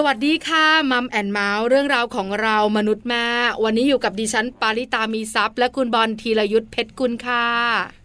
สวัสดีค่ะมัมแอนเมาส์เรื่องราวของเรามนุษย์แม่วันนี้อยู่กับดิฉันปาริตามีซัพย์ และคุณบอลธีรยุทธเพชรกุลค่ะ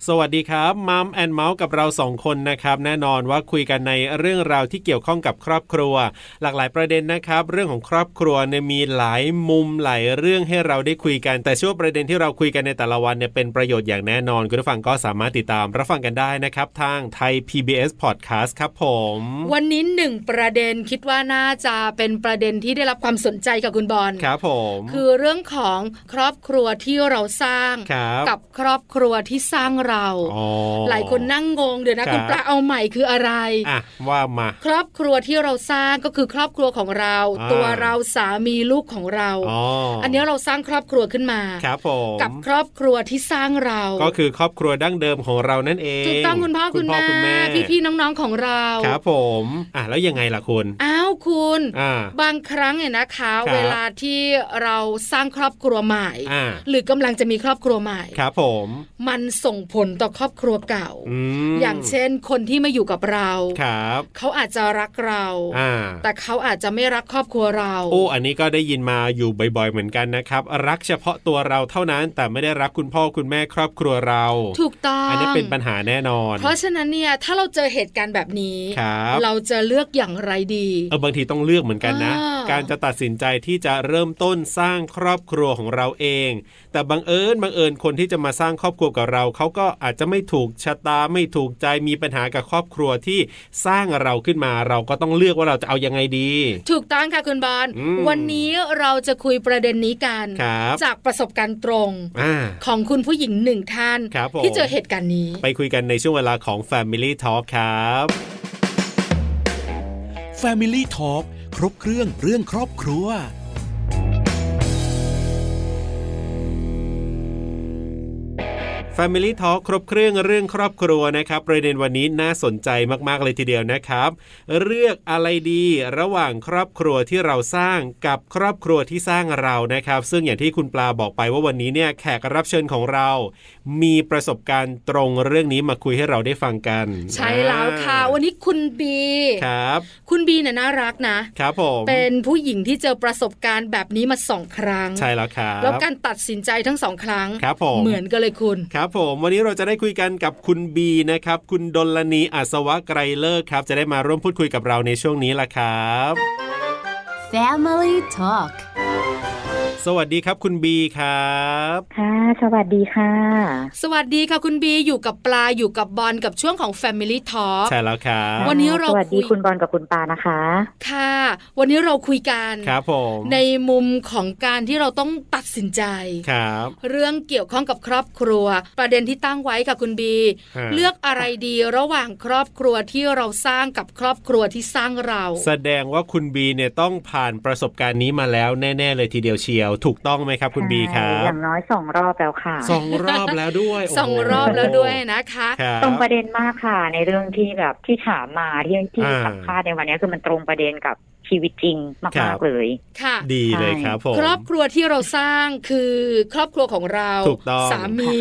สวัสดีครับมัมแอนเมาส์กับเราสองคนนะครับแน่นอนว่าคุยกันในเรื่องราวที่เกี่ยวข้องกับครอบครัว หลากหลายประเด็นนะครับ เรื่องของครอบครัวเนี่ยมีหลายมุมหลายเรื่องให้เราได้คุยกัน แต่เชื่อว่าประเด็นที่เราคุยกันในแต่ละวันเนี่ยเป็นประโยชน์อย่างแน่นอนคุณผู้ฟังก็สามารถติดตามรับฟังกันได้นะครับ ทางไทย PBS Podcast ครับผม วันนี้หนึ่งประเด็นคิดว่าน่าจะเป็นประเด็นที่ได้รับความสนใจกับคุณบอล ครับผม คือเรื่องของครอบครัวที่เราสร้าง ครับ กับครอบครัวที่สร้างเรา อ๋อ หลายคนนั่งงงเดี๋ยวนะครับ คุณปลาเอาใหม่คืออะไร อ่ะว่ามา ครอบครัวที่เราสร้างก็คือครอบครัวของเรา อ่า ตัวเราสามีลูกของเรา อ๋อ อันนี้เราสร้างครอบครัวขึ้นมา ครับผม กับครอบครัวที่สร้างเรา ก็คือครอบครัวดั้งเดิมของเรานั่นเอง ถูกต้องคุณพ่อคุณ พ่อคุณ แม่ แม่ พี่พี่ๆน้องๆของเรา ครับผม อ่ะแล้วยังไงล่ะคุณ อ้าวคุณ อ่า บางครั้งเนี่ยนะคะ ครับ เวลาที่เราสร้างครอบครัวใหม่ อ่า หรือกำลังจะมีครอบครัวใหม่ ครับผม มันส่งผลต่อครอบครัวเก่า อืม อย่างเช่นคนที่มาอยู่กับเรา ครับ เขาอาจจะรักเรา อ่า แต่เขาอาจจะไม่รักครอบครัวเรา โอ้ อันนี้ก็ได้ยินมาอยู่บ่อยๆ เหมือนกันนะครับ รักเฉพาะตัวเราเท่านั้น แต่ไม่ได้รักคุณพ่อคุณแม่ครอบครัวเรา ถูกต้อง อันนี้เป็นปัญหาแน่นอน เพราะฉะนั้นเนี่ยถ้าเราเจอเหตุการณ์แบบนี้ ครับ เราจะเลือกอย่างไรดี เออบางทีต้องเลือกเหมือนกันนะ อ่า การจะตัดสินใจที่จะเริ่มต้นสร้างครอบครัวของเราเอง แต่บังเอิญบังเอิญคนที่จะมาสร้างครอบครัวกับเราเขาก็อาจจะไม่ถูกชะตาไม่ถูกใจมีปัญหากับครอบครัวที่สร้างเราขึ้นมา เราก็ต้องเลือกว่าเราจะเอายังไงดี ถูกต้องค่ะคุณบอล อืม วันนี้เราจะคุยประเด็นนี้กัน ครับ จากประสบการณ์ตรง อ่า ของคุณผู้หญิงหนึ่งท่าน ครับผม ที่เจอเหตุการณ์นี้ ไปคุยกันในช่วงเวลาของ Family Talk ครับ Family Talk ครบเครื่องเรื่องครอบครัว Family Talk ครบเครื่องเรื่องครอบครัวนะครับ ประเด็นวันนี้น่าสนใจมากๆเลยทีเดียวนะครับ เลือกอะไรดีระหว่างครอบครัวที่เราสร้างกับครอบครัวที่สร้างเรานะครับ ซึ่งอย่างที่คุณปลาบอกไปว่าวันนี้เนี่ยแขกรับเชิญของเรา มีประสบการณ์ตรงเรื่องนี้มาคุยให้เราได้ฟังกัน ใช่แล้วค่ะ วันนี้คุณบี ครับ คุณบีเนี่ยน่ารักนะ ครับผม เป็นผู้หญิงที่เจอประสบการณ์แบบนี้มาสองครั้ง ใช่แล้วครับ แล้วการตัดสินใจทั้งสองครั้ง ครับผม เหมือนกันเลยคุณ ครับผมวันนี้เราจะได้คุยกันกับคุณบีนะครับ คุณดลนีอัศวะไกรเลิกครับ จะได้มาร่วมพูดคุยกับเราในช่วงนี้ล่ะครับ Family Talk สวัสดีครับคุณบีครับ ค่ะ สวัสดีค่ะ สวัสดีค่ะคุณบีอยู่กับปลาอยู่กับบอลกับช่วงของ Family Talk ใช่แล้วครับ วันนี้เรา สวัสคุดีย คุณบอลกับคุณปานะคะ ค่ะ วันนี้เราคุยกัน ครับผม ในมุมของการที่เราต้องตัดสินใจ ครับ เรื่องเกี่ยวข้องกับครอบครัว ประเด็นที่ตั้งไว้กับคุณบี ฮะ เลือกอะไรดีระหว่างครอบครัวที่เราสร้างกับครอบครัวที่สร้างเรา แสดงว่าคุณบีเนี่ยต้องผ่านประสบการณ์นี้มาแล้วแน่ ๆ เลยทีเดียวเชียว ถูกต้องไหมครับคุณบีครั อบ ย่างน้อยสองรอบแล้วค่ะ สองรอบแล้วด้วยโโห สองรอบแล้วด้วยนะคะ ครับ ตรงประเด็นมากค่ะ ในเรื่องที่แบบที่ถามมาที่ที่ อ่า สัมภาษณ์ในวันนี้คือมันตรงประเด็นกับชีวิตจริงมากๆเลย ค่ะ ดีเลยครับผม ครอบครัวที่เราสร้างคือครอบครัวของเรา ถูกต้อง สามี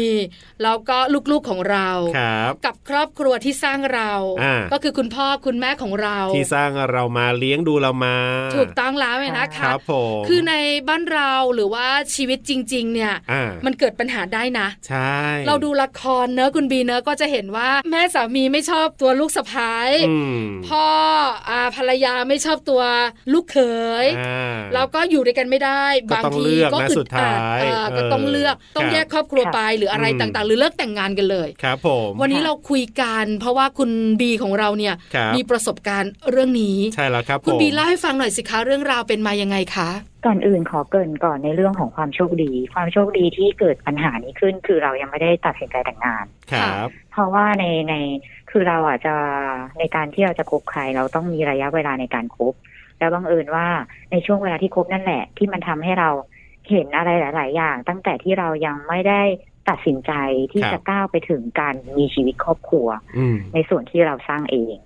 แล้วก็ลูกๆของเรา ครับ กับครอบครัวที่สร้างเรา อ่า ก็คือคุณพ่อคุณแม่ของเรา ที่สร้างเรามาเลี้ยงดูเรามา ถูกต้องแล้วเนี่ยนะ ค คะ รับผม คือในบ้านเราหรือว่าชีวิตจริง ๆ เนี่ย อ่า มันเกิดปัญหาได้นะ ใช่ เราดูละครเนอะคุณบีเนอะก็จะเห็นว่าแม่สามีไม่ชอบตัวลูกสะพ้าย อืม พ่ออาภรรยาไม่ชอบตัวลูกเขย อ่า เราก็อยู่ด้วยกันไม่ได้ ก็ บาง ต้อง ที เลือก ก็ นะ อึ สุ ด ด อั ท้า ด ย เออก็ต้อง เออ เลือกต้อง ครับ แยกครอบครัวไปหรืออะไร อืม ต่างๆ หรือเลิกแต่งงานกันเลย ครับผม วันนี้เราคุยกันเพราะว่าคุณบีของเราเนี่ย ครับ มีประสบการณ์เรื่องนี้ ใช่แล้วครับ คุณ ผม บีเล่าให้ฟังหน่อยสิคะเรื่องราวเป็นมายังไงคะ ก่อนอื่นขอเกรินก่อนในเรื่องของความโชคดี ความโชคดีที่เกิดปัญหานี้ขึ้น คือเรายังไม่ได้ตัดสินใจแต่งงาน ครับ เพราะว่าในในคือเราอาจจะในการที่เราจะคบใคร เราต้องมีระยะเวลาในการคบ แล้วบังเอิญว่าในช่วงเวลาที่คบนั่นแหละ ที่มันทำให้เราเห็นอะไรหลาย ๆ อย่าง ตั้งแต่ที่เรายังไม่ได้ตัดสินใจที่ ครับ จะก้าวไปถึงการมีชีวิตครอบครัว อืม ในส่วนที่เราสร้างเอง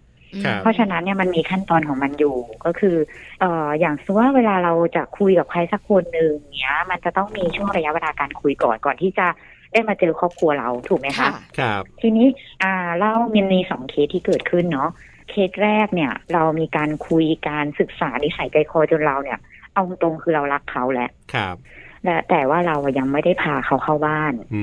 ครับ เพราะฉะนั้นเนี่ยมันมีขั้นตอนของมันอยู่ก็คือเอ่ออย่างสมมติว่าเวลาเราจะคุยกับใครสักคนหนึ่งเนี้ย มันจะต้องมีช่วงระยะเวลาการคุยก่อนก่อนที่จะ ได้มาเจอครอบครัวเราถูกไหม ค่ะ คะ ครับ ทีนี้อ่าเล่ามันมีสองเคสที่เกิดขึ้นเนาะเคสแรกเนี่ย เรามีการคุยการศึกษานิสัยใจคอจนเราเนี่ย เอาตรงๆคือเรารักเขาแหละ ครับ และแต่ว่าเราอะยังไม่ได้พาเขาเข้าบ้าน อื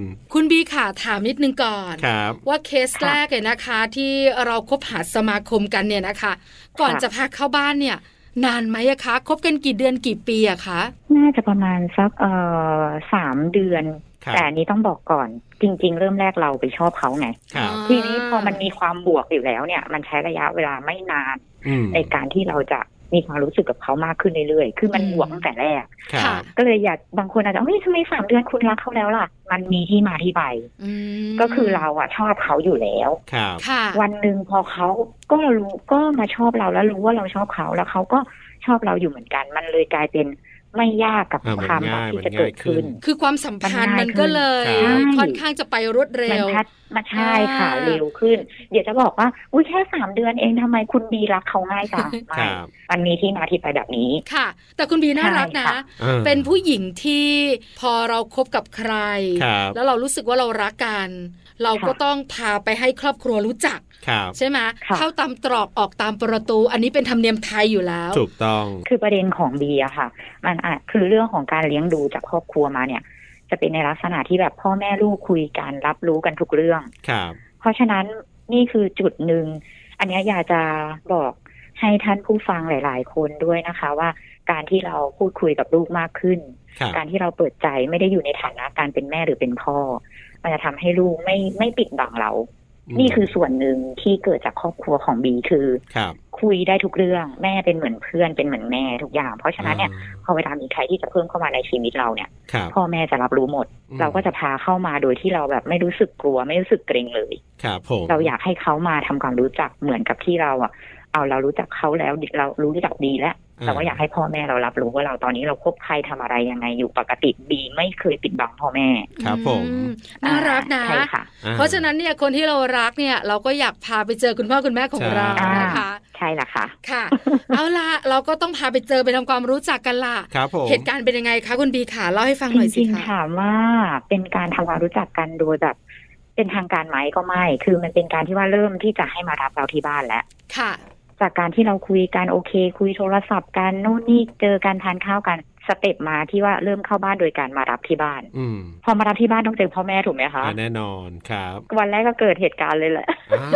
ม คุณบีค่ะถามนิดนึงก่อน ครับ ว่าเคสแรกเนี่ยนะคะ ที่เราคบหาสมาคมกันเนี่ยนะคะ ก่อน ค่ะ จะพาเข้าบ้านเนี่ย นานไหมอะคะคบกันกี่เดือนกี่ปีอะคะ น่าจะประมาณสักเอ่อสามเดือน ครับ แต่อันนี้ต้องบอกก่อนจริง ๆ เริ่มแรกเราไปชอบเขาไง ครับ า ทีนี้พอมันมีความบวกอยู่แล้วเนี่ย มันใช้ระยะเวลาไม่นาน อืม ในการที่เราจะมีความรู้สึกกับเขามากขึ้นเรื่อยๆ คือมันบวกตั้งแต่แรก ครั ค่ะ บ ก็เลยอยากบางคนอาจจะเฮ้ยทำไมสามเดือนคุณรักเขาแล้วล่ะ มันมีที่มาที่ไป อืม ก็คือเราอะชอบเขาอยู่แล้ว ครับ ค่ะ วันหนึ่งพอเขาก็รู้ก็มาชอบเราแล้วรู้ว่าเราชอบเขาแล้วเขาก็ชอบเราอยู่เหมือนกัน มันเลยกลายเป็นไม่ยากกับ อ่ามัน ความรัก ง่าย ที่ มัน จะเกิด ง่ายขึ้ ขึ้ น น คือความสัมพันธ์ มันง่าย มันก็เลย ขึ้น ใช่ ค่อนข้างจะไปรวดเร็ มัน ว พัดมาใช่ค่ะ อ่า เร็วขึ้น เดี๋ยวจะบอกว่า อุ้ยแค่สามเดือนเองทำไมคุณบีรักเขาง่ายจัง ค ไม่ รับ มันมีที่มาที่ไปแบบนี้ ค่ะ แต่คุณบีน่ารัก ใช่ นะ ค่ะ อ่า เป็นผู้หญิงที่พอเราครบกับใคร ครับ แล้วเรารู้สึกว่าเรารักกัน เราก็ ค่ะ ต้องพาไปให้ครอบครัวรู้จัก ครับ ใช่ไหม ค่ะ เข้าตามตรอกออกตามประตู อันนี้เป็นธรรมเนียมไทยอยู่แล้ว ถูกต้อง คือประเด็นของบีอะค่ะ มันอาจคือเรื่องของการเลี้ยงดูจากครอบครัวมาเนี่ย จะเป็นในลักษณะที่แบบพ่อแม่ลูกคุยกันรับรู้กันทุกเรื่อง ครับ เพราะฉะนั้นนี่คือจุดหนึ่ง อันเนี้ยอยากจะบอกให้ท่านผู้ฟังหลาย ๆ คนด้วยนะคะ ว่าการที่เราพูดคุยกับลูกมากขึ้น ครับ การที่เราเปิดใจไม่ได้อยู่ในฐานะการเป็นแม่หรือเป็นพ่อ มันจะทำให้ลูกไม่ไม่ปิดบังเรา นี่คือส่วนหนึ่งที่เกิดจากครอบครัวของบีคือ ครับ คุยได้ทุกเรื่องแม่เป็นเหมือนเพื่อนเป็นเหมือนแม่ทุกอย่าง เพราะฉะนั้นเนี่ย อ่า พอเวลามีใครที่จะเพิ่มเข้ามาในชีวิตเราเนี่ย ครับ พ่อแม่จะรับรู้หมด อืม เราก็จะพาเข้ามาโดยที่เราแบบไม่รู้สึกกลัว ไม่รู้สึกเกรงเลย ครับผม เราอยากให้เขามาทำความรู้จักเหมือนกับที่เราอ่ะเอาเรารู้จักเขาแล้วเรารู้จักดีแล้ว อ่า เราก็อยากให้พ่อแม่เรารับรู้ว่าเราตอนนี้เราคบใครทำอะไรยังไงอยู่ปกติบีไม่เคยปิดบังพ่อแม่ ครับผม อืน่ารักนะ ใช่ค่ะ อ่ เพราะฉะนั้นเนี่ยคนที่เรารักเนี่ยเราก็อยากพาไปเจอคุณพ่อคุณแม่ของ ใช่ เรานะคะ ใช่ละค่ะ ค่ะ เอาล่ะเราก็ต้องพาไปเจอไปทำความรู้จักกันล่ะ ครับผม เหตุการณ์เป็นยังไงคะคุณบีขาเล่าให้ฟังหน่อย จ สิ ริง คะ ๆถามว่าเป็นการทำความรู้จักกันโดยแบบเป็นทางการไหมก็ไม่ คือมันเป็นการที่ว่าเริ่มที่จะให้มารับเราที่บ้านแล้ว ค่ะ จากการที่เราคุยกันโอเค คุยโทรศัพท์กันโน่นนี่เจอกันทานข้าวกันสเต็ปมาที่ว่าเริ่มเข้าบ้านโดยการมารับที่บ้าน อืม พอมารับที่บ้านต้องเจอพ่อแม่ถูกไหมคะ อ่าแน่นอนครับ วันแรกก็เกิดเหตุการณ์เลยแหละ อ่า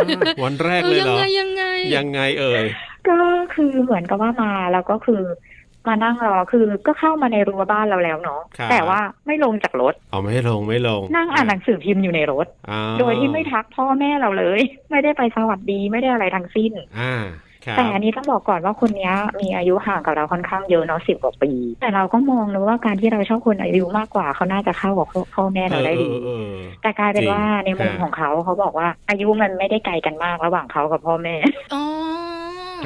วันแรกเลย ยั เหรอ ไงยังไง ยังไงเอ่ย ก็คือเหมือนกับว่ามาแล้วก็คือ มานั่งรอคือก็เข้ามาในรั้วบ้านเราแล้วเนาะ ครับ แต่ว่าไม่ลงจากรถ เอาไม่ลงไม่ลง นั่งอ่านหนังสือพิมพ์อยู่ในรถ อ่า โดยที่ไม่ทักพ่อแม่เราเลย ไม่ได้ไปสวัสดีไม่ได้อะไรทั้งสิ้น อ่าครับ แต่อันนี้ต้องบอกก่อนว่าคนเนี้ย มีอายุห่างกับเราค่อนข้างเยอะเนาะสิบกว่าปี แต่เราก็มองนะว่าการที่เราชอบคนอายุมากกว่าเขาน่าจะเข้ากับพ่อพ่อแม่เราได้ดี เออเออเออ แต่กลายเป็นว่าในมุม ฮะ ของเขาเขาบอกว่าอายุมันไม่ได้ไกลกันมากระหว่างเขากับพ่อแม่ อ๋อ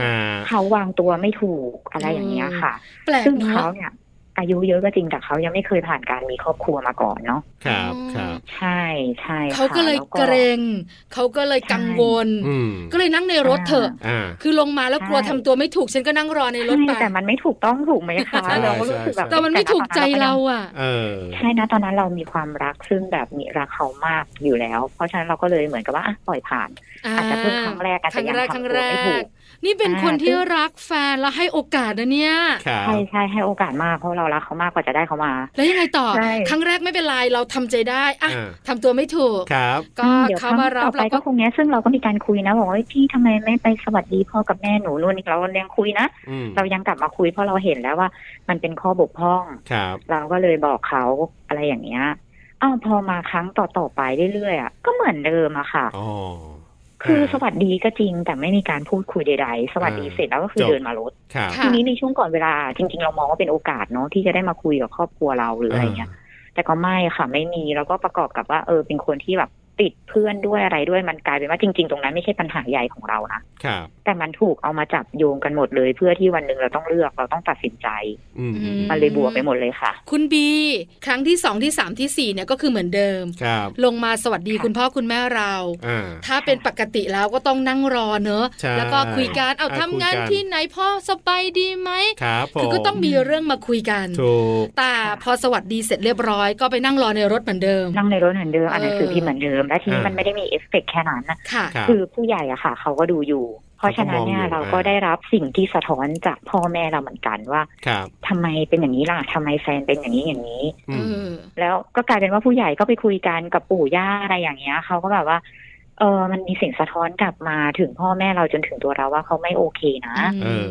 อ่า เขาวางตัวไม่ถูกอะไรอย่างเงี้ยค่ะ แปลก ซึ่ง เน เขา อะ เนี่ย อายุเยอะก็จริงแต่เขายังไม่เคยผ่านการมีครอบครัวมาก่อนเนาะ ครับครับ ใช่ใช่ค่ะ เขาก็เลย แว เกรง เขาก็เลยกังวล อืม ก็เลยนั่งในรถเถอะ อ่า คือลงมาแล้วกลัว ใช่ ทำตัวไม่ถูกฉันก็นั่งรอในรถไป ใช่แต่มันไม่ถูกต้องถูกไหมคะ ใช่ เราก็รู้สึกแบบ ใช่ แต่มันไม่ถูกใจเราอ่ะ เออ ใช่นะตอนนั้นเรามีความรักซึ่งแบบมีรักเขามากอยู่แล้ว เพราะฉะนั้นเราก็เลยเหมือนกับว่าอ่ะปล่อยผ่าน อาจจะเพิ่งครั้งแรกอาจ ค จะ รั้ง ยัง แรกครั้ง ทำตัว แร ไม่ถู ก ก นี่เป็น อ่า คนที่รักแฟนแล้วให้โอกาสนะเนี่ย ครับ ใช่ใช่ให้โอกาสมากเพราะเรารักเขามากกว่าจะได้เขามา แล้วยังไงต่อ ใช่ ครั้งแรกไม่เป็นไรเราทำใจได้อะ อ่า ทำตัวไม่ถูก ครับ ก็ อืมดี๋ยว เขามารั ค บ งต่อ เรา ไป ก็ ก็คงเนี้ยซึ่งเราก็มีการคุยนะบอกว่าเอ้ยพี่ทำไมไม่ไปสวัสดีพ่อกับแม่หนูนู่นนี่เรายังคุยนะ อืม เรายังกลับมาคุยเพราะเราเห็นแล้วว่า มันเป็นข้อบกพร่อง ครับ เราก็เลยบอกเขาอะไรอย่างเงี้ยอ้าวพอมาครั้งต่อต่อๆไปเรื่อยๆอ่ะก็เหมือนเดิมอะค่ะ อ๋อ คือสวัสดีก็จริงแต่ไม่มีการพูดคุยใดๆ สวัสดี อ่า เสร็จแล้วก็คือ จบ เดินมารถ ครับ ค่ะ ทีนี้ในช่วงก่อนเวลาจริง ๆ เรามองว่าเป็นโอกาสเนาะที่จะได้มาคุยกับครอบครัวเราหรืออะไรเงี้ย แต่ก็ไม่ค่ะไม่มีแล้วก็ประกอบกับว่าเออเป็นคนที่แบบ ติดเพื่อนด้วยอะไรด้วยมันกลายเป็นว่าจริง ๆ ตรงนั้นไม่ใช่ปัญหาใหญ่ของเรานะครับ แต่มันถูกเอามาจับโยงกันหมดเลย เพื่อที่วันหนึ่งเราต้องเลือกเราต้องตัดสินใจ อืม อืม มันเลยบวกไปหมดเลยค่ะ คุณบีครั้งที่สองที่สามที่สี่เนี่ยก็คือเหมือนเดิม ครับ ลงมาสวัสดีคุณพ่อคุณแม่เรา อ่า ถ้าเป็นปกติแล้วก็ต้องนั่งรอเนอะ ใช่ แล้วก็คุยกันเอา อ่ะ ทำงาน คุยกัน ที่ไหนพ่อสบายดีไหม ครับผม คือก็ต้องมีเรื่องมาคุยกัน ถูก แต่พอสวัสดีเสร็จเรียบร้อยก็ไปนั่งรอในรถเหมือนเดิม นั่งในรถเหมือนเดิมอ่านหนังสือพิมพ์เหมือนเดิม และทีนี้ อ่ามั มันไม่ได้มีเอฟเฟกต์แค่นั้นนะ ค่ะ ครับ คือผู้ใหญ่อะค่ะ เขาก็ดูอยู่ เพราะฉะนั้นเนี่ย เขาก็มองอยู่ เราก็ได้รับสิ่งที่สะท้อนจากพ่อแม่เราเหมือนกันว่า ครับ ทำไมเป็นอย่างนี้ล่ะทำไมแฟนเป็นอย่างนี้อย่างนี้ อื เอ ม อ แล้วก็กลายเป็นว่าผู้ใหญ่ก็ไปคุยกันกับปู่ย่าอะไรอย่างเงี้ยเขาก็แบบว่า เออมันมีเสียงสะท้อนกลับมาถึงพ่อแม่เราจนถึงตัวเราว่าเขาไม่โอเคนะ ม เออ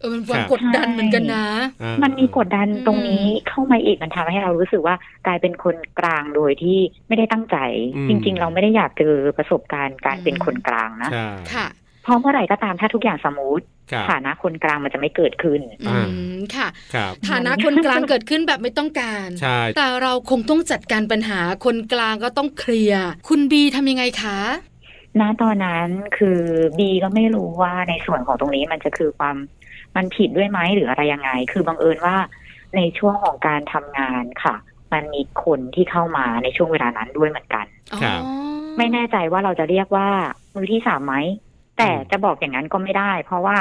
เออมันความครับ กดดันเหมือนกันนะ อ่า มันมีกดดันตรงนี้เข้ามาอีกมันทำให้เรารู้สึกว่ากลายเป็นคนกลางโดยที่ไม่ได้ตั้งใจ อืม จริง ๆ เราไม่ได้อยากเจอประสบการณ์การ อืม เป็นคนกลางนะ ใช่ ค่ะ เพราะเมื่อไหร่ก็ตามถ้าทุกอย่างสมูท ครับ ฐานะคนกลางมันจะไม่เกิดขึ้น อ่า อืมค่ะ ครับ ฐานะคนกลางเกิดขึ้นแบบไม่ต้องการ ใช่ แต่เราคงต้องจัดการปัญหาคนกลางก็ต้องเคลียร์คุณบีทำยังไงคะ ณตอนนั้นคือบีก็ไม่รู้ว่าในส่วนของตรงนี้มันจะคือความมันผิดด้วยไหมหรืออะไรยังไง คือบังเอิญว่าในช่วงของการทำงานค่ะ มันมีคนที่เข้ามาในช่วงเวลานั้นด้วยเหมือนกัน อ๋อ ไม่แน่ใจว่าเราจะเรียกว่ามือที่สามไหมแต่จะบอกอย่างนั้นก็ไม่ได้ เพราะว่า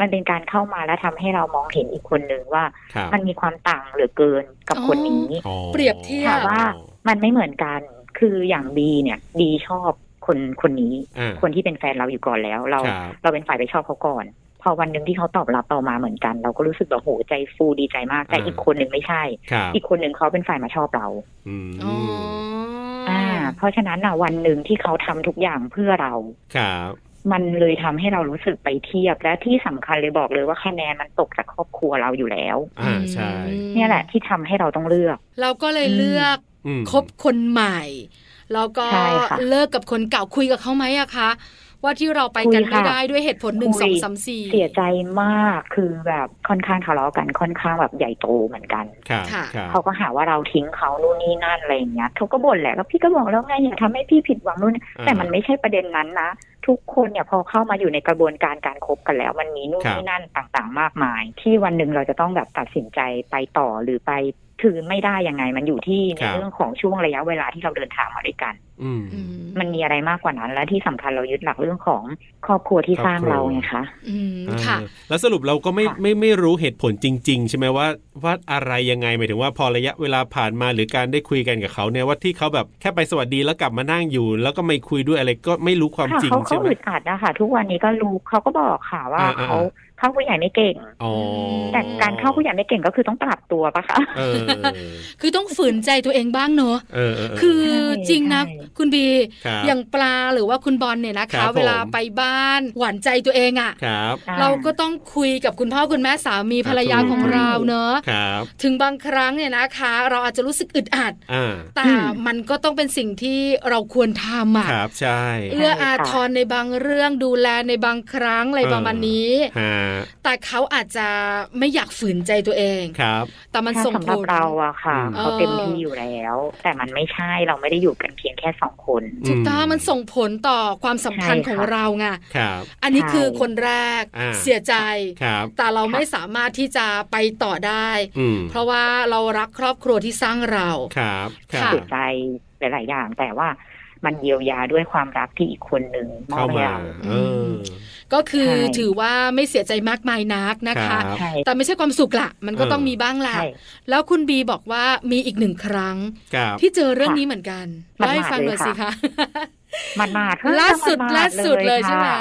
มันเป็นการเข้ามาและทำให้เรามองเห็นอีกคนนึงว่า ครับ มันมีความต่างเหลือเกินกับคนนี้ อ๋อ เปรียบเทียบ ถามว่า มันไม่เหมือนกัน คืออย่างบีเนี่ยบีชอบคนคนนี้ อ่า คนที่เป็นแฟนเราอยู่ก่อนแล้วเรา ครับ เราเป็นฝ่ายไปชอบเขาก่อน พอวันหนึ่งที่เขาตอบรับเรามาเหมือนกัน เราก็รู้สึกแบบโหใจฟูดีใจมาก แต่อีกคนหนึ่งไม่ใช่ ครับ อีกคนหนึ่งเขาเป็นฝ่ายมาชอบเรา อืม อ๋ออ่า อ่า เพราะฉะนั้นน่ะวันหนึ่งที่เขาทำทุกอย่างเพื่อเรา ครับ มันเลยทำให้เรารู้สึกไปเทียบ และที่สำคัญเลยบอกเลยว่าคะแนนมันตกจากครอบครัวเราอยู่แล้ว อ่าใช่ เนี่ยแหละที่ทำให้เราต้องเลือก เราก็เลยเลือก อืม คบคนใหม่แล้วก็ ใช่ค่ะ เลิกกับคนเก่าคุยกับเขาไหมอะคะว่าที่เราไปกัน คุย ไม่ ค่ะ ได้ด้วยเหตุผลหนึ่ง คุย สองสามสี่ เสียใจมากคือแบบค่อนข้างทะเลาะกันค่อนข้างแบบใหญ่โตเหมือนกัน ครับครับ เขาก็หาว่าเราทิ้งเขานู่นนี่นั่นอะไรอย่างเงี้ยเขาก็บ่นแหละก็พี่ก็บอกแล้วไงอย่าทำให้พี่ผิดหวังนู่นนี่แต่มันไม่ใช่ประเด็นนั้นนะ ทุกคนเนี่ยพอเข้ามาอยู่ในกระบวนการการคบกันแล้ว มันมีนู่นนี่นั่นต่างๆ มากมาย ที่วันหนึ่งเราจะต้องแบบตัดสินใจไปต่อหรือไปถือไม่ได้ยังไง มันอยู่ที่ในเรื่องของช่วงระยะเวลาที่เราเดินทางมาด้วยกัน อืม อืม มันมีอะไรมากกว่านั้น และที่สำคัญเรายึดหลักเรื่องของครอบครัวที่สร้างเราไงคะ อืมค่ะ อ่าแล้วสรุปเราก็ไม่ ค่ะ ไม่ไม่รู้เหตุผลจริง ๆ ใช่ไหมว่าว่าอะไรยังไงหมายถึงว่าพอระยะเวลาผ่านมาหรือการได้คุยกันกับเขาเนี่ยว่าที่เขาแบบแค่ไปสวัสดีแล้วกลับมานั่งอยู่ แล้วก็ไม่คุยด้วยอะไรก็ไม่รู้ความ ค่ะ จริง เขา ใช่ เขา ไหม อึดอัดนะคะทุกวันนี้ก็รู้เขาก็บอกค่ะว่า อ่าๆ เขาเข้าผู้ใหญ่ไม่เก่ง อ๋อ แต่การเข้าผู้ใหญ่ไม่เก่งก็คือต้องปรับตัวปะคะ เออ คือต้องฝืนใจตัวเองบ้างเนอะ เออเเ คือ ใช่ จริงนะ ใช่ คุณบี ครับ อย่างปลาหรือว่าคุณบอลเนี่ยนะ ครั คะ บผม เวลาไปบ้านหวานใจตัวเองอะ่ะ ครับ เราก็ต้องคุยกับคุณพ่อคุณแม่สามีภรรยาขถูกองเราเนอะ ครับ ถึงบางครั้งเนี่ยนะคะ เราอาจจะรู้สึกอึดอัด อ่า แต่มันก็ต้องเป็นสิ่งที่เราควรทำ ค อะ่ะ รับใช่ เอื้ออาทรในบางเรื่องดูแลในบางครั้งอะไรประมาณนี้ ฮะ แต่เขาอาจจะไม่อยากฝืนใจตัวเอง ครับ แต่มัน ถ้า ส่ง สำห ผ รับ ล เราอะค่ะ อืม เขาเต็มที่อยู่แล้ว แต่มันไม่ใช่เราไม่ได้อยู่กันเพียงแค่สองคน ถูกต้องมันส่งผลต่อความสัมพันธ์ ใช่ ข ค่ะ องเราไง ครับ อันนี้คือคนแรก อ่า เสียใจ ครับ แต่เราไม่สามารถที่จะไปต่อได้ อืม เพราะว่าเรารักครอบครัวที่สร้างเรา ครับครั ค่ะ บ เสียใจหลาย ๆ อย่าง แต่ว่ามันเยียวยาด้วยความรักที่อีกคนหนึ่งมอ เข้า บให้ มา เรา เออ ก็คือ ใช่ ถือว่าไม่เสียใจมากมายนักนะ ค คะ รับ ใช่ แต่ไม่ใช่ความสุขละมันก็ เออ ต้องมีบ้างละ ใช่ แล้วคุณบีบอกว่ามีอีกหนึ่งครั้ง ครับ ที่เจอเรื่อง ค่ะ นี้เหมือนกัน หมาดๆ เล่าให้ฟังหน่อย เลย สิ ค่ะ คะ มันมาเถอะ ล่าสุด มันม ล่าสุดเลยใช่ไหม ค่ะ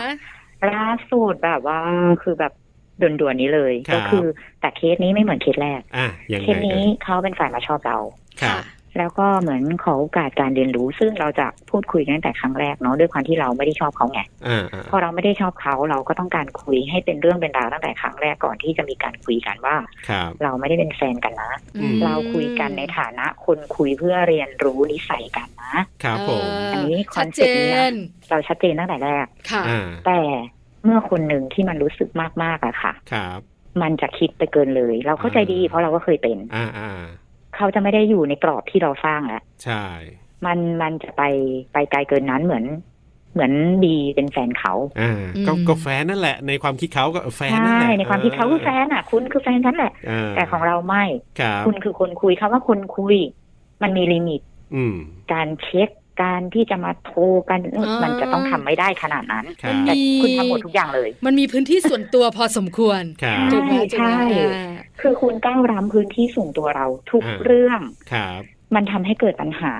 ล่าสุดแบบว่าคือแบบด่วนๆนี้เลย ครับ ก็คือแต่เคสนี้ไม่เหมือนเคสแรก อ่ะยัง เค ไง ส เอ่ นี้ ย เขาเป็นฝ่ายมาชอบเรา ครับ แล้วก็เหมือนขอโอกาสการเรียนรู้ ซึ่งเราจะพูดคุยกันตั้งแต่ครั้งแรกเนาะด้วยความที่เราไม่ได้ชอบเขาไง อ่าอ่า พอเราไม่ได้ชอบเขาเราก็ต้องการคุยให้เป็นเรื่องเป็นราวตั้งแต่ครั้งแรกก่อนที่จะมีการคุยกันว่า ครับ เราไม่ได้เป็นแฟนกันนะ อืม เราคุยกันในฐานะคนคุยเพื่อเรียนรู้นิสัยกันนะ ครับผม เ อันนี้ค ชั อ ด น เจ เซ็ปต์นี้นะ น เราชัดเจนตั้งแต่แรก ค่ะ อ่า แต่เมื่อคนหนึ่งที่มันรู้สึกมากๆอะค่ะ ครับ มันจะคิดไปเกินเลย เราเข้าใจดีเพราะเราก็เคยเป็น อ่าอ่า เขาจะไม่ได้อยู่ในกรอบที่เราสร้างแล้ว ใช่ มันมันจะไปไปไกลเกินนั้นเหมือน เหมือนบีเป็นแฟนเขา อ่าก็ อืม ก็แฟนนั่นแหละ ในความคิดเขาก็แฟน ใช่ นั่นแหละ ในความที่เขาคือแฟนอ่ะ คุณคือแฟนฉันแหละ อ่ แต่ของเราไม่ ครับ คุณคือคนคุยคำว่าคนคุย มันมีลิมิต อืม การเช็คการที่จะมาโทรกัน อ่ามั มันจะต้องทำไม่ได้ขนาดนั้น ครั มั บ น แต่ มี คุณทำหมดทุกอย่างเลย มันมีพื้นที่ส่วนตัวพอสมควร ครั ใช่ บ ถูกไหมถูกไหม ใช่ อ่า คือคุณก้าวร้ำพื้นที่ส่วนตัวเราทุก อ่า เรื่อง ครับ มันทำให้เกิดปัญหา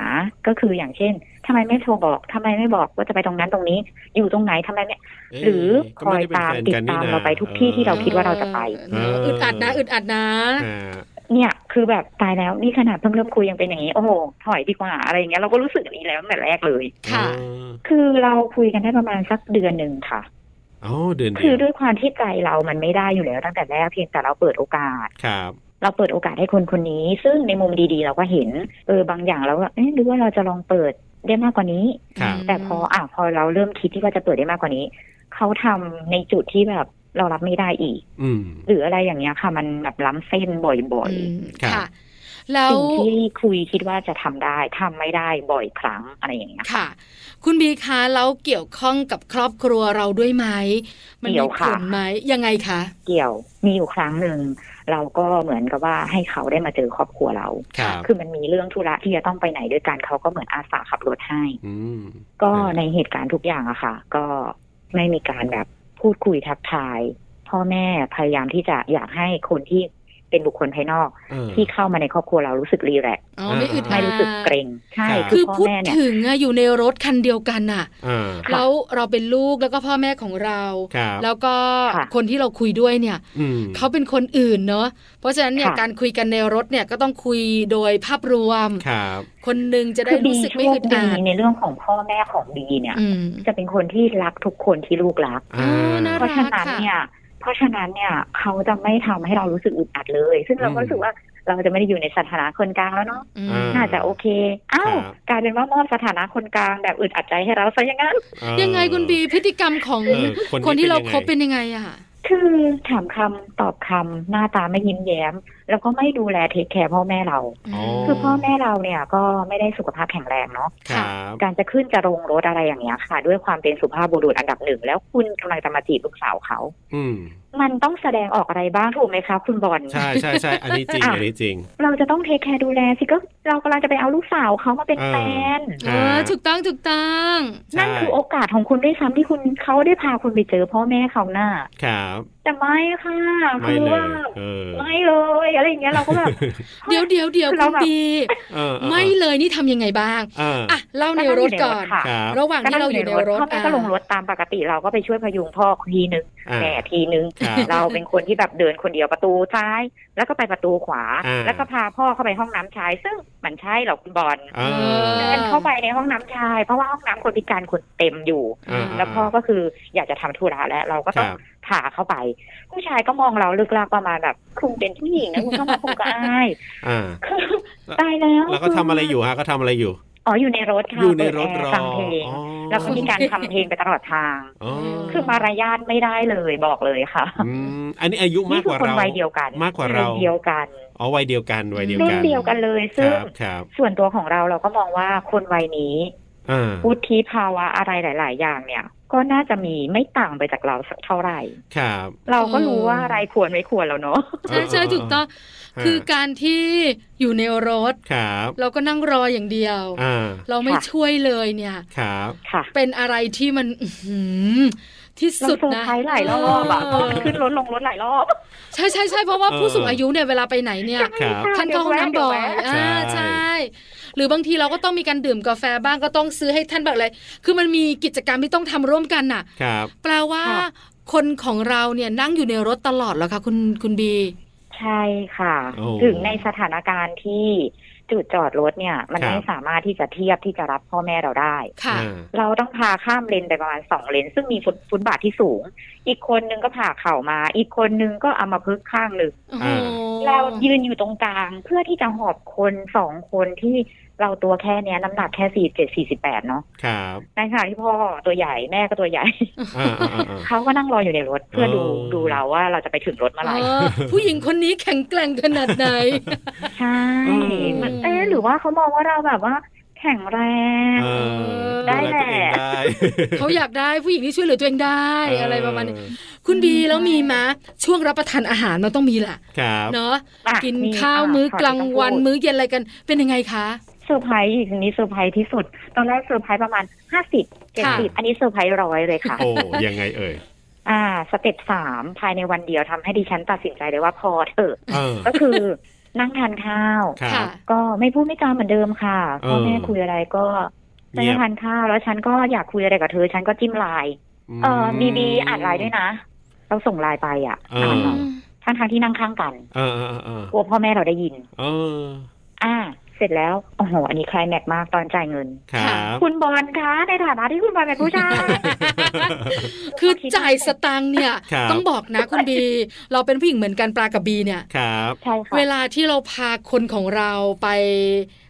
ก็คืออย่างเช่นทำไมไม่โทรบอกทำไมไม่บอกว่าจะไปตรงนั้นตรงนี้ อยู่ตรงไหนทำไมไม่ เะ หรือ ก็ไม่ไเป็น คอยตาม แฟนกัน ติดตาม นี่นะ เราไปทุกที่ที่เราคิดว่า จะไป เอออึดอัดนะ อึดอัดนะ อ่า เนี่ย คือแบบตายแล้วนี่ขนาดเพิ่งเริ่มคุยยังเป็นอย่างนี้โอ้โหถอยดีกว่าอะไรอย่างเงี้ยเราก็รู้สึกอย่างนี้แล้วตั้งแต่แรกเลย ค่ะ เออ คือเราคุยกันได้ประมาณสักเดือนหนึ่งค่ะ อ๋อเดือนเดี คือย ด้ ว วยความที่ใจเรามันไม่ได้อยู่แล้วตั้งแต่แรกเพียงแต่เราเปิดโอกาส ครับ เราเปิดโอกาสให้คนคนนี้ ซึ่งในมุมดีๆ เราก็เห็นเออบางอย่างเราก็เอ๊ะหรือว่าเราจะลองเปิดได้มากกว่านี้ ครับ แต่พออ่ะพอเราเริ่มคิดที่ว่าจะเปิดได้มากกว่านี้เขาทำในจุดที่แบบเรารับไม่ได้อีก อืม หรืออะไรอย่างเงี้ยค่ะ มันแบบล้ำเส้นบ่อย อืม ครับ ค่ะ แล้วๆสิ่งที่คุยคิดว่าจะทำได้ทำไม่ได้บ่อยครั้งอะไรอย่างเงี้ย ค่ะ คุณบีคะแล้วเกี่ยวข้องกับครอบครัวเราด้วยไหม มั เกี่ มี ยว ผ ค่ะ ลไหม ยังไงคะ เกี่ยวมีอยู่ครั้งหนึ่งเราก็เหมือนกับว่าให้เขาได้มาเจอครอบครัวเรา ครับ คือมันมีเรื่องธุระที่จะต้องไปไหนด้วยกันเขาก็เหมือนอาสาขับรถให้ อืม ก็ อ่า ในเหตุการณ์ทุกอย่างอะค่ะ ก็ไม่มีการแบบพูดคุยทักทาย พ่อแม่พยายามที่จะอยากให้คนที่เป็นบุคคลภายนอก เออ ที่เข้ามาในครอบครัวเรารู้สึกรีแลกซ์ อ๋อ ไม่อึดอัด ไม่รู้สึกเกรงใช่ ครับ คือ พ่อ พูด แม่เนี่ย ถึงอะอยู่ในรถคันเดียวกันอะ อ่า ค่ะ แล้วเราเป็นลูกแล้วก็พ่อแม่ของเรา ครับ แล้วก็ ค่ะ คนที่เราคุยด้วยเนี่ย อืม เขาเป็นคนอื่นเนอะเพราะฉะนั้นเนี่ย ค่ะ การคุยกันในรถเนี่ยก็ต้องคุยโดยภาพรวม ครับ คนหนึ่งจะได้ คือบี รู้สึก โช ไม่ ค อึด ดี อัด ในเรื่องของพ่อแม่ของบีเนี่ย อืม จะเป็นคนที่รักทุกคนที่ลูกรัก อ่า อน่า เพราะฉะนั้นเนี่ย เพราะฉะนั้นเนี่ยเขาจะไม่ทำให้เรารู้สึกอึดอัดเลย ซึ่งเราก็รู้สึกว่าเราจะไม่ได้อยู่ในสถานะคนกลางแล้วเนาะ อื า ม น่าจะโอเคอ้าควรับ กลายเป็นว่ามอบสถานะคนกลางแบบอึดอัดใจให้เราซะอย่างนั้น เออ ยังไงคุณบีพฤติกรรมของ เออ คนที่เราคบเป็น ยังไง ยังไงอ่ะ คือถามคำตอบคำหน้าตาไม่ยิ้มแย้ม แล้วก็ไม่ดูแลเทคแคร์พ่อแม่เรา คือพ่อแม่เราเนี่ยก็ไม่ได้สุขภาพแข็งแรงเนาะ ครับ การจะขึ้นจะลงรถอะไรอย่างเงี้ยค่ะ ด้วยความเป็นสุภาพบุรุษอันดับหนึ่ง แล้วคุณกำลังจะมาจีบลูกสาวเขา อืม มันต้องแสดงออกอะไรบ้างถูกไหมคะคุณบอล ใช่ใช่ใช่อันนี้จริง อ่ะ อันนี้จริง เราจะต้องเทคแคร์ดูแลสิก็เรากำลังจะไปเอาลูกสาวเขามาเป็น เออ แฟน เออถูกต้องถูกต้อง นั่นคือโอกาสของคุณด้วยซ้ำที่คุณเขาได้พาคุณไปเจอพ่อแม่เขาหน้า ครับ แต่ไม่ค่ะ ไม่ คือ เลย ว่า เออ ไม่เลยอะไรอย่างเงี้ยเราก็แบบ เดี๋ยวเดี๋ยวเดี๋ยว คือ คุ เรา ณ แบบ บี เออเออ ไม่เลยนี่ทำยังไงบ้าง เออ อ่ะ เล่าในรถก่อน ค่ะ ครับ ระหว่าง ก็ ที่เราอยู่ในรถ พ่อแม่ก็ลงรถตามปกติเราก็ไปช่วยพยุงพ่อทีนึง อ่า แม่ทีนึง ครับ เราเป็นคนที่แบบเดินคนเดียวประตูซ้าย แล้วก็ไปประตูขวา อ่า แล้วก็พาพ่อเข้าไปห้องน้ำชาย ซึ่งมันใช่เหรอคุณบอล เอ เดิ อ นเข้าไปในห้องน้ำชาย เพราะว่าห้องน้ำคนพิการคนเต็มอยู่ อ่า แล้วพ่อก็คืออยากจะทำธุระแล้วเราก็ ค ต้อง รับ พาเข้าไป ผู้ชายก็มองเราลึกลักประมาณแบบคุณเป็นผู้หญิงนะคุณต้องมาคุยกับอ าย อ่า คือตายแล้ว แล้วก็ทำอะไรอยู่ฮะก็ทำอะไรอยู่ อ๋ออยู่ในรถค่ะ อยู่ในรถ เปิด ร แอ อ ฟังเพลง อ๋อ แล้วก็มีการทำเพลงไปตลอดทาง อ๋อ คือมารยาทไม่ได้เลยบอกเลยค่ะ อืมอันนี้อายุ นี่ มาก คื ก อ ว่า คน เรา วัยเดียวกัน มากกว่าเรา นเดียวกัน อ๋อวัยเดียวกันวัยเดียว รุ่น กัน เดียวกันเลย ค ซึ่ง รับครับ ส่วนตัวของเราเราก็มองว่าคนวัยนี้ อ่า วุฒิภาวะอะไรหลาย ๆ อย่างเนี่ย ก็น่าจะมีไม่ต่างไปจากเราสักเท่าไหร่ ครับ เราก็รู้ว่าอะไรควรไม่ควรแล้วเนาะ ใช่ใช่ถูกต้อง ฮะ คือการที่อยู่ในรถ ครับ เราก็นั่งรออย่างเดียว อ่า เราไม่ ค่ะ ช่วยเลยเนี่ย ครับ ค่ะ เป็นอะไรที่มันอื้อหือที่ เรา สุด เซอร์ นะ ไพรส์หลายรอบอะเพราะมัน เออขึ้น รถลงรถหลายรอบ ใช่ใช่ใช่เพราะว่าผู้สูงอายุเนี่ยเวลาไปไหนเนี่ย ครับ ท่านเข้าห้องน้ำบ่อยอ่า ใช่ ใช่ หรือบางทีเราก็ต้องมีการดื่มกาแฟบ้างก็ต้องซื้อให้ท่านแบบอะไร คือมันมีกิจกรรมที่ต้องทำร่วมกันน่ะ ครับ แปลว่า คนของเราเนี่ยนั่งอยู่ในรถตลอดแล้วค่ะคุณคุณบี ใช่ค่ะ โอ้ ถึงในสถานการณ์ที่จุดจอดรถเนี่ย มัน ครับ ไม่สามารถที่จะเทียบที่จะรับพ่อแม่เราได้ ค่ะ อ่า เราต้องพาข้ามเลนไปประมาณสองเลน ซึ่งมีฟุตฟุตบาทที่สูง อีกคนนึงก็ผ่าเข่ามา อีกคนนึงก็เอามาพึกษ์ข้างหนึ่ง โอ้โห เรายืนอยู่ตรงกลาง เพื่อที่จะหอบคนสองคนที่เราตัวแค่เนี้ยน้ำหนักแค่สี่เจ็ดสี่สิบแปดเนาะ ครับ ในขณะที่พ่อตัวใหญ่แม่ก็ตัวใหญ่ อ่าอ่าอ่าอ่า เขาก็นั่งรออยู่ในรถ เพื่อดู อ๋อ ดูเราว่าเราจะไปถึงรถเมื่อไหร่ เออผู้หญิงคนนี้แข็งแกร่งขนาดไหน ใช่ อืม มันเอ๊ะหรือว่าเขามองว่าเราแบบว่า แค แข็งแรง เออ ได้ ดูแลตัวเอง แหละ ได้ เขาอยากได้ผู้หญิงที่ช่วยเหลือตัวเองได้อะไรประมาณนี้ เออ คุณบีแล้วมีมะช่วงรับประทานอาหารมันต้องมีแหละ ครับ เนาะ อ่ะ กิน มี ข้าว ค่ะ มื้อ ข กลางวัน ที่ต้อพูด มื้อเย็นอะไรกัน เป็นยังไงคะ เซอร์ไพรส์อีกอันนี้เซอร์ไพรส์ที่สุด ตอนแรกเซอร์ไพรส์ประมาณห้าสิบเจ็ด ค่ะ สิบอันนี้เซอร์ไพรส์ร้อยเลยค่ะ โอ้ยังไงเอ่ย อ่า สเต็ปสามภายในวันเดียวทำให้ดิฉันตัดสินใจเลยว่าพอเถอะ เออ ก็คือ นั่งทานข้าว ครั ค่ะ บ ก็ไม่พูดไม่จาเหมือนเดิมค่ะ เออ พ่อแม่คุยอะไรก็ฉัน เงียบ ทานข้าวแล้วฉันก็อยากคุยอะไรกับเธอ ฉันก็จิ้มไลน์เออบีบีอ่านไลน์ด้วยนะ เราส่งไลน์ไปอ่ะ เออ ทั้งทางๆที่นั่งข้างกัน เออเออเออก ลัวพ่อแม่เราได้ยิน เออ อ่า เสร็จแล้วโอ้โหอันนี้ใครแม็กซ์มากตอนจ่ายเงิน ครับ คุณบอลคะในฐานะที่คุณบอลเป็นผู้ ชาย คือจ่ายสตางค์เนี่ย ครับ ต้องบอกนะคุณบี เราเป็นผู้หญิงเหมือนกันปลากับบีเนี่ย ครับ ใช่ค่ะ เวลาที่เราพาคนของเราไป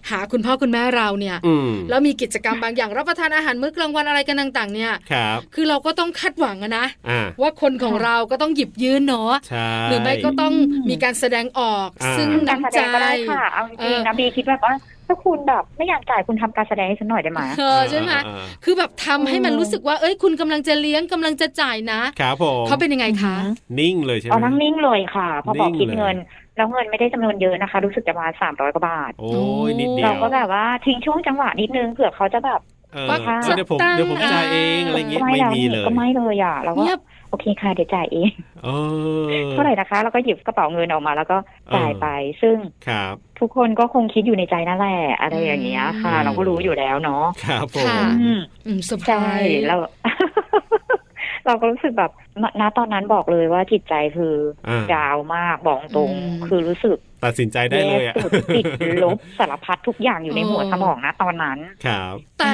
หาคุณพ่อคุณแม่เราเนี่ย อืม แล้วมีกิจกรรมบางอย่างรับประทานอาหารมื้อกลางวันอะไรกันต่าง ๆ เนี่ย ครับ คือเราก็ต้องคาดหวังอะนะ อ่า ว่าคนของเราก็ต้องหยิบยืนเนาะ ใช่ หรือไม่ก็ต้องมีการแสดงออก อ่า ซึ่ง การแส น้ำ ด ใจ งก็ได้ค่ะ เอาจ เอ ริง อ ๆนะบีคิดแบบว่าถ้าคุณแบบไม่อยากจ่ายคุณทำการแสดงให้ฉันหน่อยได้ไหม เออใช่ไหม อ่า คือแบบทำให้มัน อืม รู้สึกว่า เอ้ยคุณกำลังจะเลี้ยงกำลังจะจ่ายนะ ครับผม เขาเป็นยังไงคะ นิ่งเลยใช่ไหม เอานั่งนิ่งเลยค่ะ พอบอก นิ่งเลย คิดเงิน แล้วเงินไม่ได้จำนวนเยอะนะคะ รู้สึกจะประมาณสามร้อยกว่าบาท โอ้ยนิดเดียว เราก็แบบว่าทิ้งช่วงจังหวะนิดนึงเผื่อเขาจะแบบ เออ ว่าค่ะ เดี๋ยวผมเดี๋ยวผมจ่ายเองอะไรเงี้ย ไม่ ไม่ แล้ว มี นี่ เลย ก็ไม่เลยอ่ะเราก็ เงียบ โอเคค่ะเดี๋ยวจ่ายเอง เออ เท่าไหร่นะคะเราก็หยิบกระเป๋าเงินออกมา แล้วก็จ่าย เออ ไป ซึ่ง ครับ ทุกคนก็คงคิดอยู่ในใจนั่นแหละอะไรอย่างเงี้ยค่ะ อืม เราก็รู้อยู่แล้วเนาะ ครับผม ค่ะ อืม อืมเซอร์ไพร ใช่ ส์ เรา เราก็รู้สึกแบบณณตอนนั้นบอกเลยว่าจิตใจคืออา ดาวมากบอกตรง อืม คือรู้สึก ตัดสินใจได้เลยอ่ะ แสุดติดลบสารพัดทุกอย่างอยู่ในหัวสมองนะตอนนั้น ครับ แต่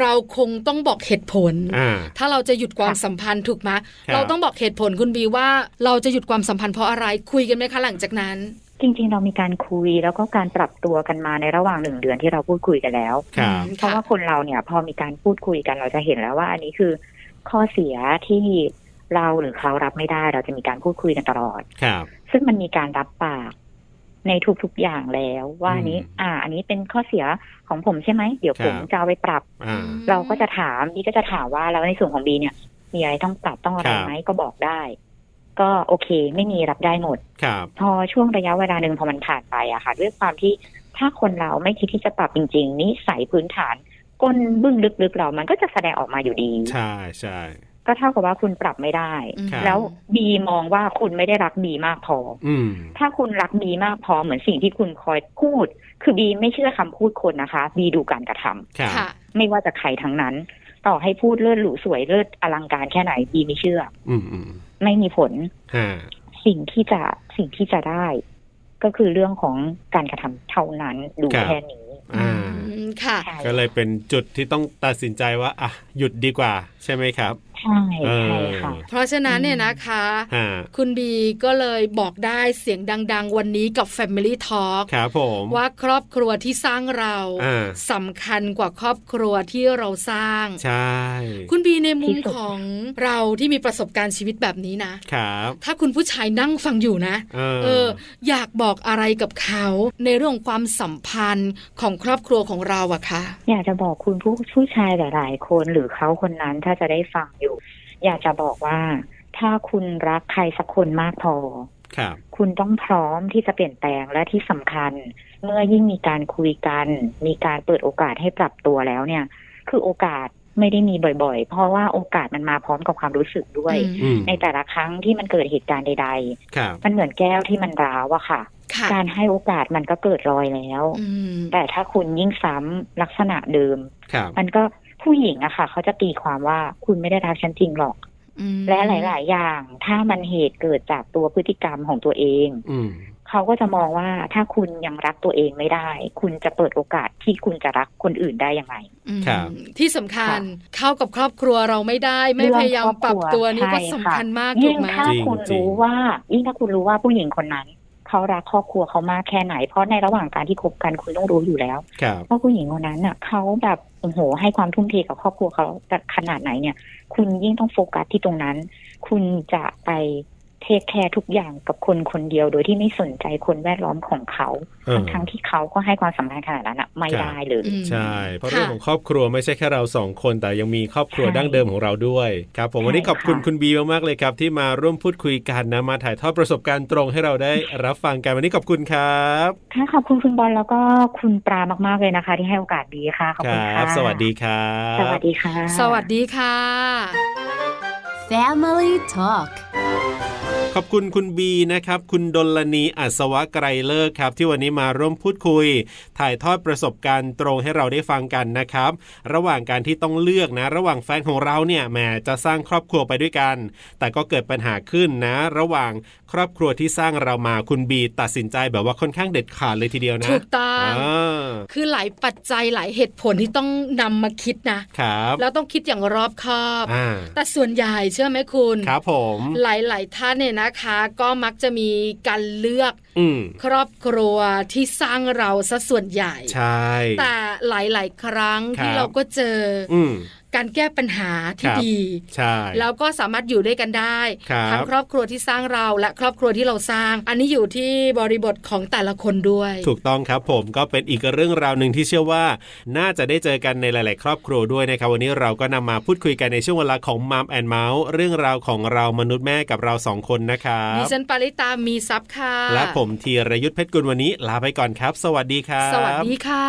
เราคงต้องบอกเหตุผล อ่า ถ้าเราจะหยุดความ ค่ะ สัมพันธ์ถูกไหม ครับ เราต้องบอกเหตุผลคุณบีว่า เราจะหยุดความสัมพันธ์เพราะอะไรคุยกันไหมคะหลังจากนั้น จริง ๆ เรามีการคุยแล้วก็การปรับตัวกันมาในระหว่างหนึ่งเดือนที่เราพูดคุยกันแล้ว ครับ เพราะว่าคนเราเนี่ยพอมีการพูดคุยกันเราจะเห็นแล้วว่า อันนี้คือข้อเสียที่เราหรือเขารับไม่ได้ เราจะมีการพูดคุยกันตลอด ครับ ซึ่งมันมีการรับปากในทุกๆอย่างแล้ว ว่าอันนี้ อืม อ่า อันนี้เป็นข้อเสียของผมใช่ไหมเดี๋ยว ครับ ผมจะเอาไปปรับ อ่า ม เราก็จะถามนี่ก็จะถามว่าแล้วในส่วนของบีเนี่ย มีอะไรต้องปรับต้องอะไร ครับ ไหมก็บอกได้ ก็โอเค ไม่มีรับได้หมด ครับ พอช่วงระยะเวลาหนึ่งพอมันผ่านไปอะค่ะด้วยความที่ถ้าคนเราไม่คิดที่จะปรับจริง ๆนิสัยพื้นฐานก้นบึ้งลึกๆเรามันก็จะแสดงออกมาอยู่ดี ใช่ใช่ ก็เท่ากับว่าคุณปรับไม่ได้ อืม ครับ แล้วบีมองว่าคุณไม่ได้รักบีมากพอ อืม ถ้าคุณรักบีมากพอเหมือนสิ่งที่คุณคอยพูด คือบีไม่เชื่อคำพูดคนนะคะ บีดูการกระทำ ครับ ค่ะ ไม่ว่าจะใครทั้งนั้น ต่อให้พูดเลิศหรูสวยเลิศอลังการแค่ไหนบีไม่เชื่อ อืมอืม ไม่มีผล ฮะ สิ่งที่จะสิ่งที่จะได้ ก็คือเรื่องของการกระทำเท่านั้นดูแค่นี้ อ่า อืมค่ะ ใช่ ก็เลยเป็นจุดที่ต้องตัดสินใจว่า อ่ะ หยุดดีกว่า ใช่ไหมครับ ใช่ เอ ใช่ อ ค่ะ เพราะฉะนั้นเนี่ยนะคะ ฮะ คุณบีก็เลยบอกได้เสียงดัง ๆ วันนี้กับ Family Talk ครับผม ว่าครอบครัวที่สร้างเรา อ่า สำคัญกว่าครอบครัวที่เราสร้าง ใช่ คุณบีในมุ ที่ ม สุด ของเราที่มีประสบการณ์ชีวิตแบบนี้นะ ครับ ถ้าคุณผู้ชายนั่งฟังอยู่นะ เอ เออ อยากบอกอะไรกับเขา ในเรื่องความสัมพันธ์ของครอบครัวของเราอะค่ะ อยากจะบอกคุณผู้ผู้ชายหลายๆคนหรือเขาคนนั้นถ้าจะได้ฟังอยู่ อยากจะบอกว่า ถ้าคุณรักใครสักคนมากพอ ครับ คุณต้องพร้อมที่จะเปลี่ยนแปลงและที่สำคัญ เมื่อยิ่งมีการคุยกัน มีการเปิดโอกาสให้ปรับตัวแล้วเนี่ย คือโอกาสไม่ได้มีบ่อยๆ เพราะว่าโอกาสมันมาพร้อมกับความรู้สึกด้วย อืม ในแต่ละครั้งที่มันเกิดเหตุการณ์ใด ครับ ๆ มันเหมือนแก้วที่มันร้าวอะค่ะ ค่ะ การให้โอกาสมันก็เกิดรอยแล้ว อืม แต่ถ้าคุณยิ่งซ้ำลักษณะเดิม ครับ มันก็ผู้หญิงอะค่ะ เขาจะตีความว่าคุณไม่ได้รักฉันจริงหรอก อืม และหลาย ๆ อย่าง ถ้ามันเหตุเกิดจากตัวพฤติกรรมของตัวเอง อืม เขาก็จะมองว่าถ้าคุณยังรักตัวเองไม่ได้ คุณจะเปิดโอกาสที่คุณจะรักคนอื่นได้ยังไง อืม ครับ ที่สำคัญ ค่ะ เข้ากับครอบครัวเราไม่ได้ ไม่พยายามปรับตัวนี่ก็สำคัญมากถู ยิ่ ก ง ไหม ถ้า จริง คุณ จริง รู้ว่ายิ่งถ้าคุณรู้ว่าผู้หญิงคนนั้น เขารักครอบครัวเขามากแค่ไหน เพราะในระหว่างการที่คบกันคุณต้องรู้อยู่แล้ว ครับ ว่าผู้หญิงคนนั้นน่ะเขาแบบโอ้โห ให้ความทุ่มเทกับครอบครัวเขาแต่ขนาดไหนเนี่ย คุณยิ่งต้องโฟกัสที่ตรงนั้น คุณจะไป เทคแคร์ทุกอย่างกับคนคนเดียวโดยที่ไม่สนใจคนแวดล้อมของเขา เออ ทั้งที่เขาก็ให้ความสำคัญขนาดนั้นอะไม่ ครับ ได้เลย อืม ใช่ เพราะเรื่อง ค่ ของครอบครัวไม่ใช่แค่เราสองคน แต่ยังมีครอบครัว ใช่ ดั้งเดิมของเราด้วย ครับ ผมวันนี้ ใช่ ขอบคุณ ค่ะ คุณบีมากๆเลยครับ ที่มาร่วมพูดคุยกันนะมาถ่ายทอดประสบการณ์ตรงให้เราได้รับฟังกันวันนี้ขอบคุณครับ ค่ะขอบคุณคุณบอลแล้วก็คุณปรามากๆเลยนะคะ ที่ให้โอกาสดีค่ะขอบคุณค่ะ สวัสดีครับ สวัสดีค่ะ สวัสดีค่ะ Family Talk ขอบคุณคุณบีนะครับ คุณดลนีอัศวะไกรเลิกครับ ที่วันนี้มาร่วมพูดคุย ถ่ายทอดประสบการณ์ตรงให้เราได้ฟังกันนะครับ ระหว่างการที่ต้องเลือกนะ ระหว่างแฟนของเราเนี่ยแหมจะสร้างครอบครัวไปด้วยกัน แต่ก็เกิดปัญหาขึ้นนะ ระหว่างครอบครัวที่สร้างเรามาคุณบีตัดสินใจแบบว่าค่อนข้างเด็ดขาดเลยทีเดียวนะ ถูกต้อง อ่า คือหลายปัจจัยหลายเหตุผลที่ต้องนำมาคิดนะ ครับ แล้วต้องคิดอย่างรอบคอบ อ่า แต่ส่วนใหญ่เชื่อไหมคุณ ครับผม หลาย ๆ ท่านเนี่ยนะคะ ก็มักจะมีการเลือก อืม ครอบครัวที่สร้างเราซะส่วนใหญ่ ใช่ แต่หลาย ๆ ครั้ง ครับ ที่เราก็เจออ อืม การแก้ปัญหาที่ ครับ ดี ใช่ แล้วก็สามารถอยู่ด้วยกันได้ ครับ ทั้งครอบครัวที่สร้างเราและครอบครัวที่เราสร้าง อันนี้อยู่ที่บริบทของแต่ละคนด้วย ถูกต้องครับผมก็เป็นอีกเรื่องราวหนึ่งที่เชื่อว่า น่าจะได้เจอกันในหลาย ๆ ครอบครัวด้วยนะครับ วันนี้เราก็นำมาพูดคุยกันในช่วงเวลาของมัมแอนเมาส์เรื่องราวของเรามนุษย์แม่กับเราสองคนนะครั ดิ บ ฉันปาริตามีซับค่ะ และผมธีรยุทธเพชรกุลวันนี้ลาไปก่อนครับ สวัสดีครับ สวัสดีค่ะ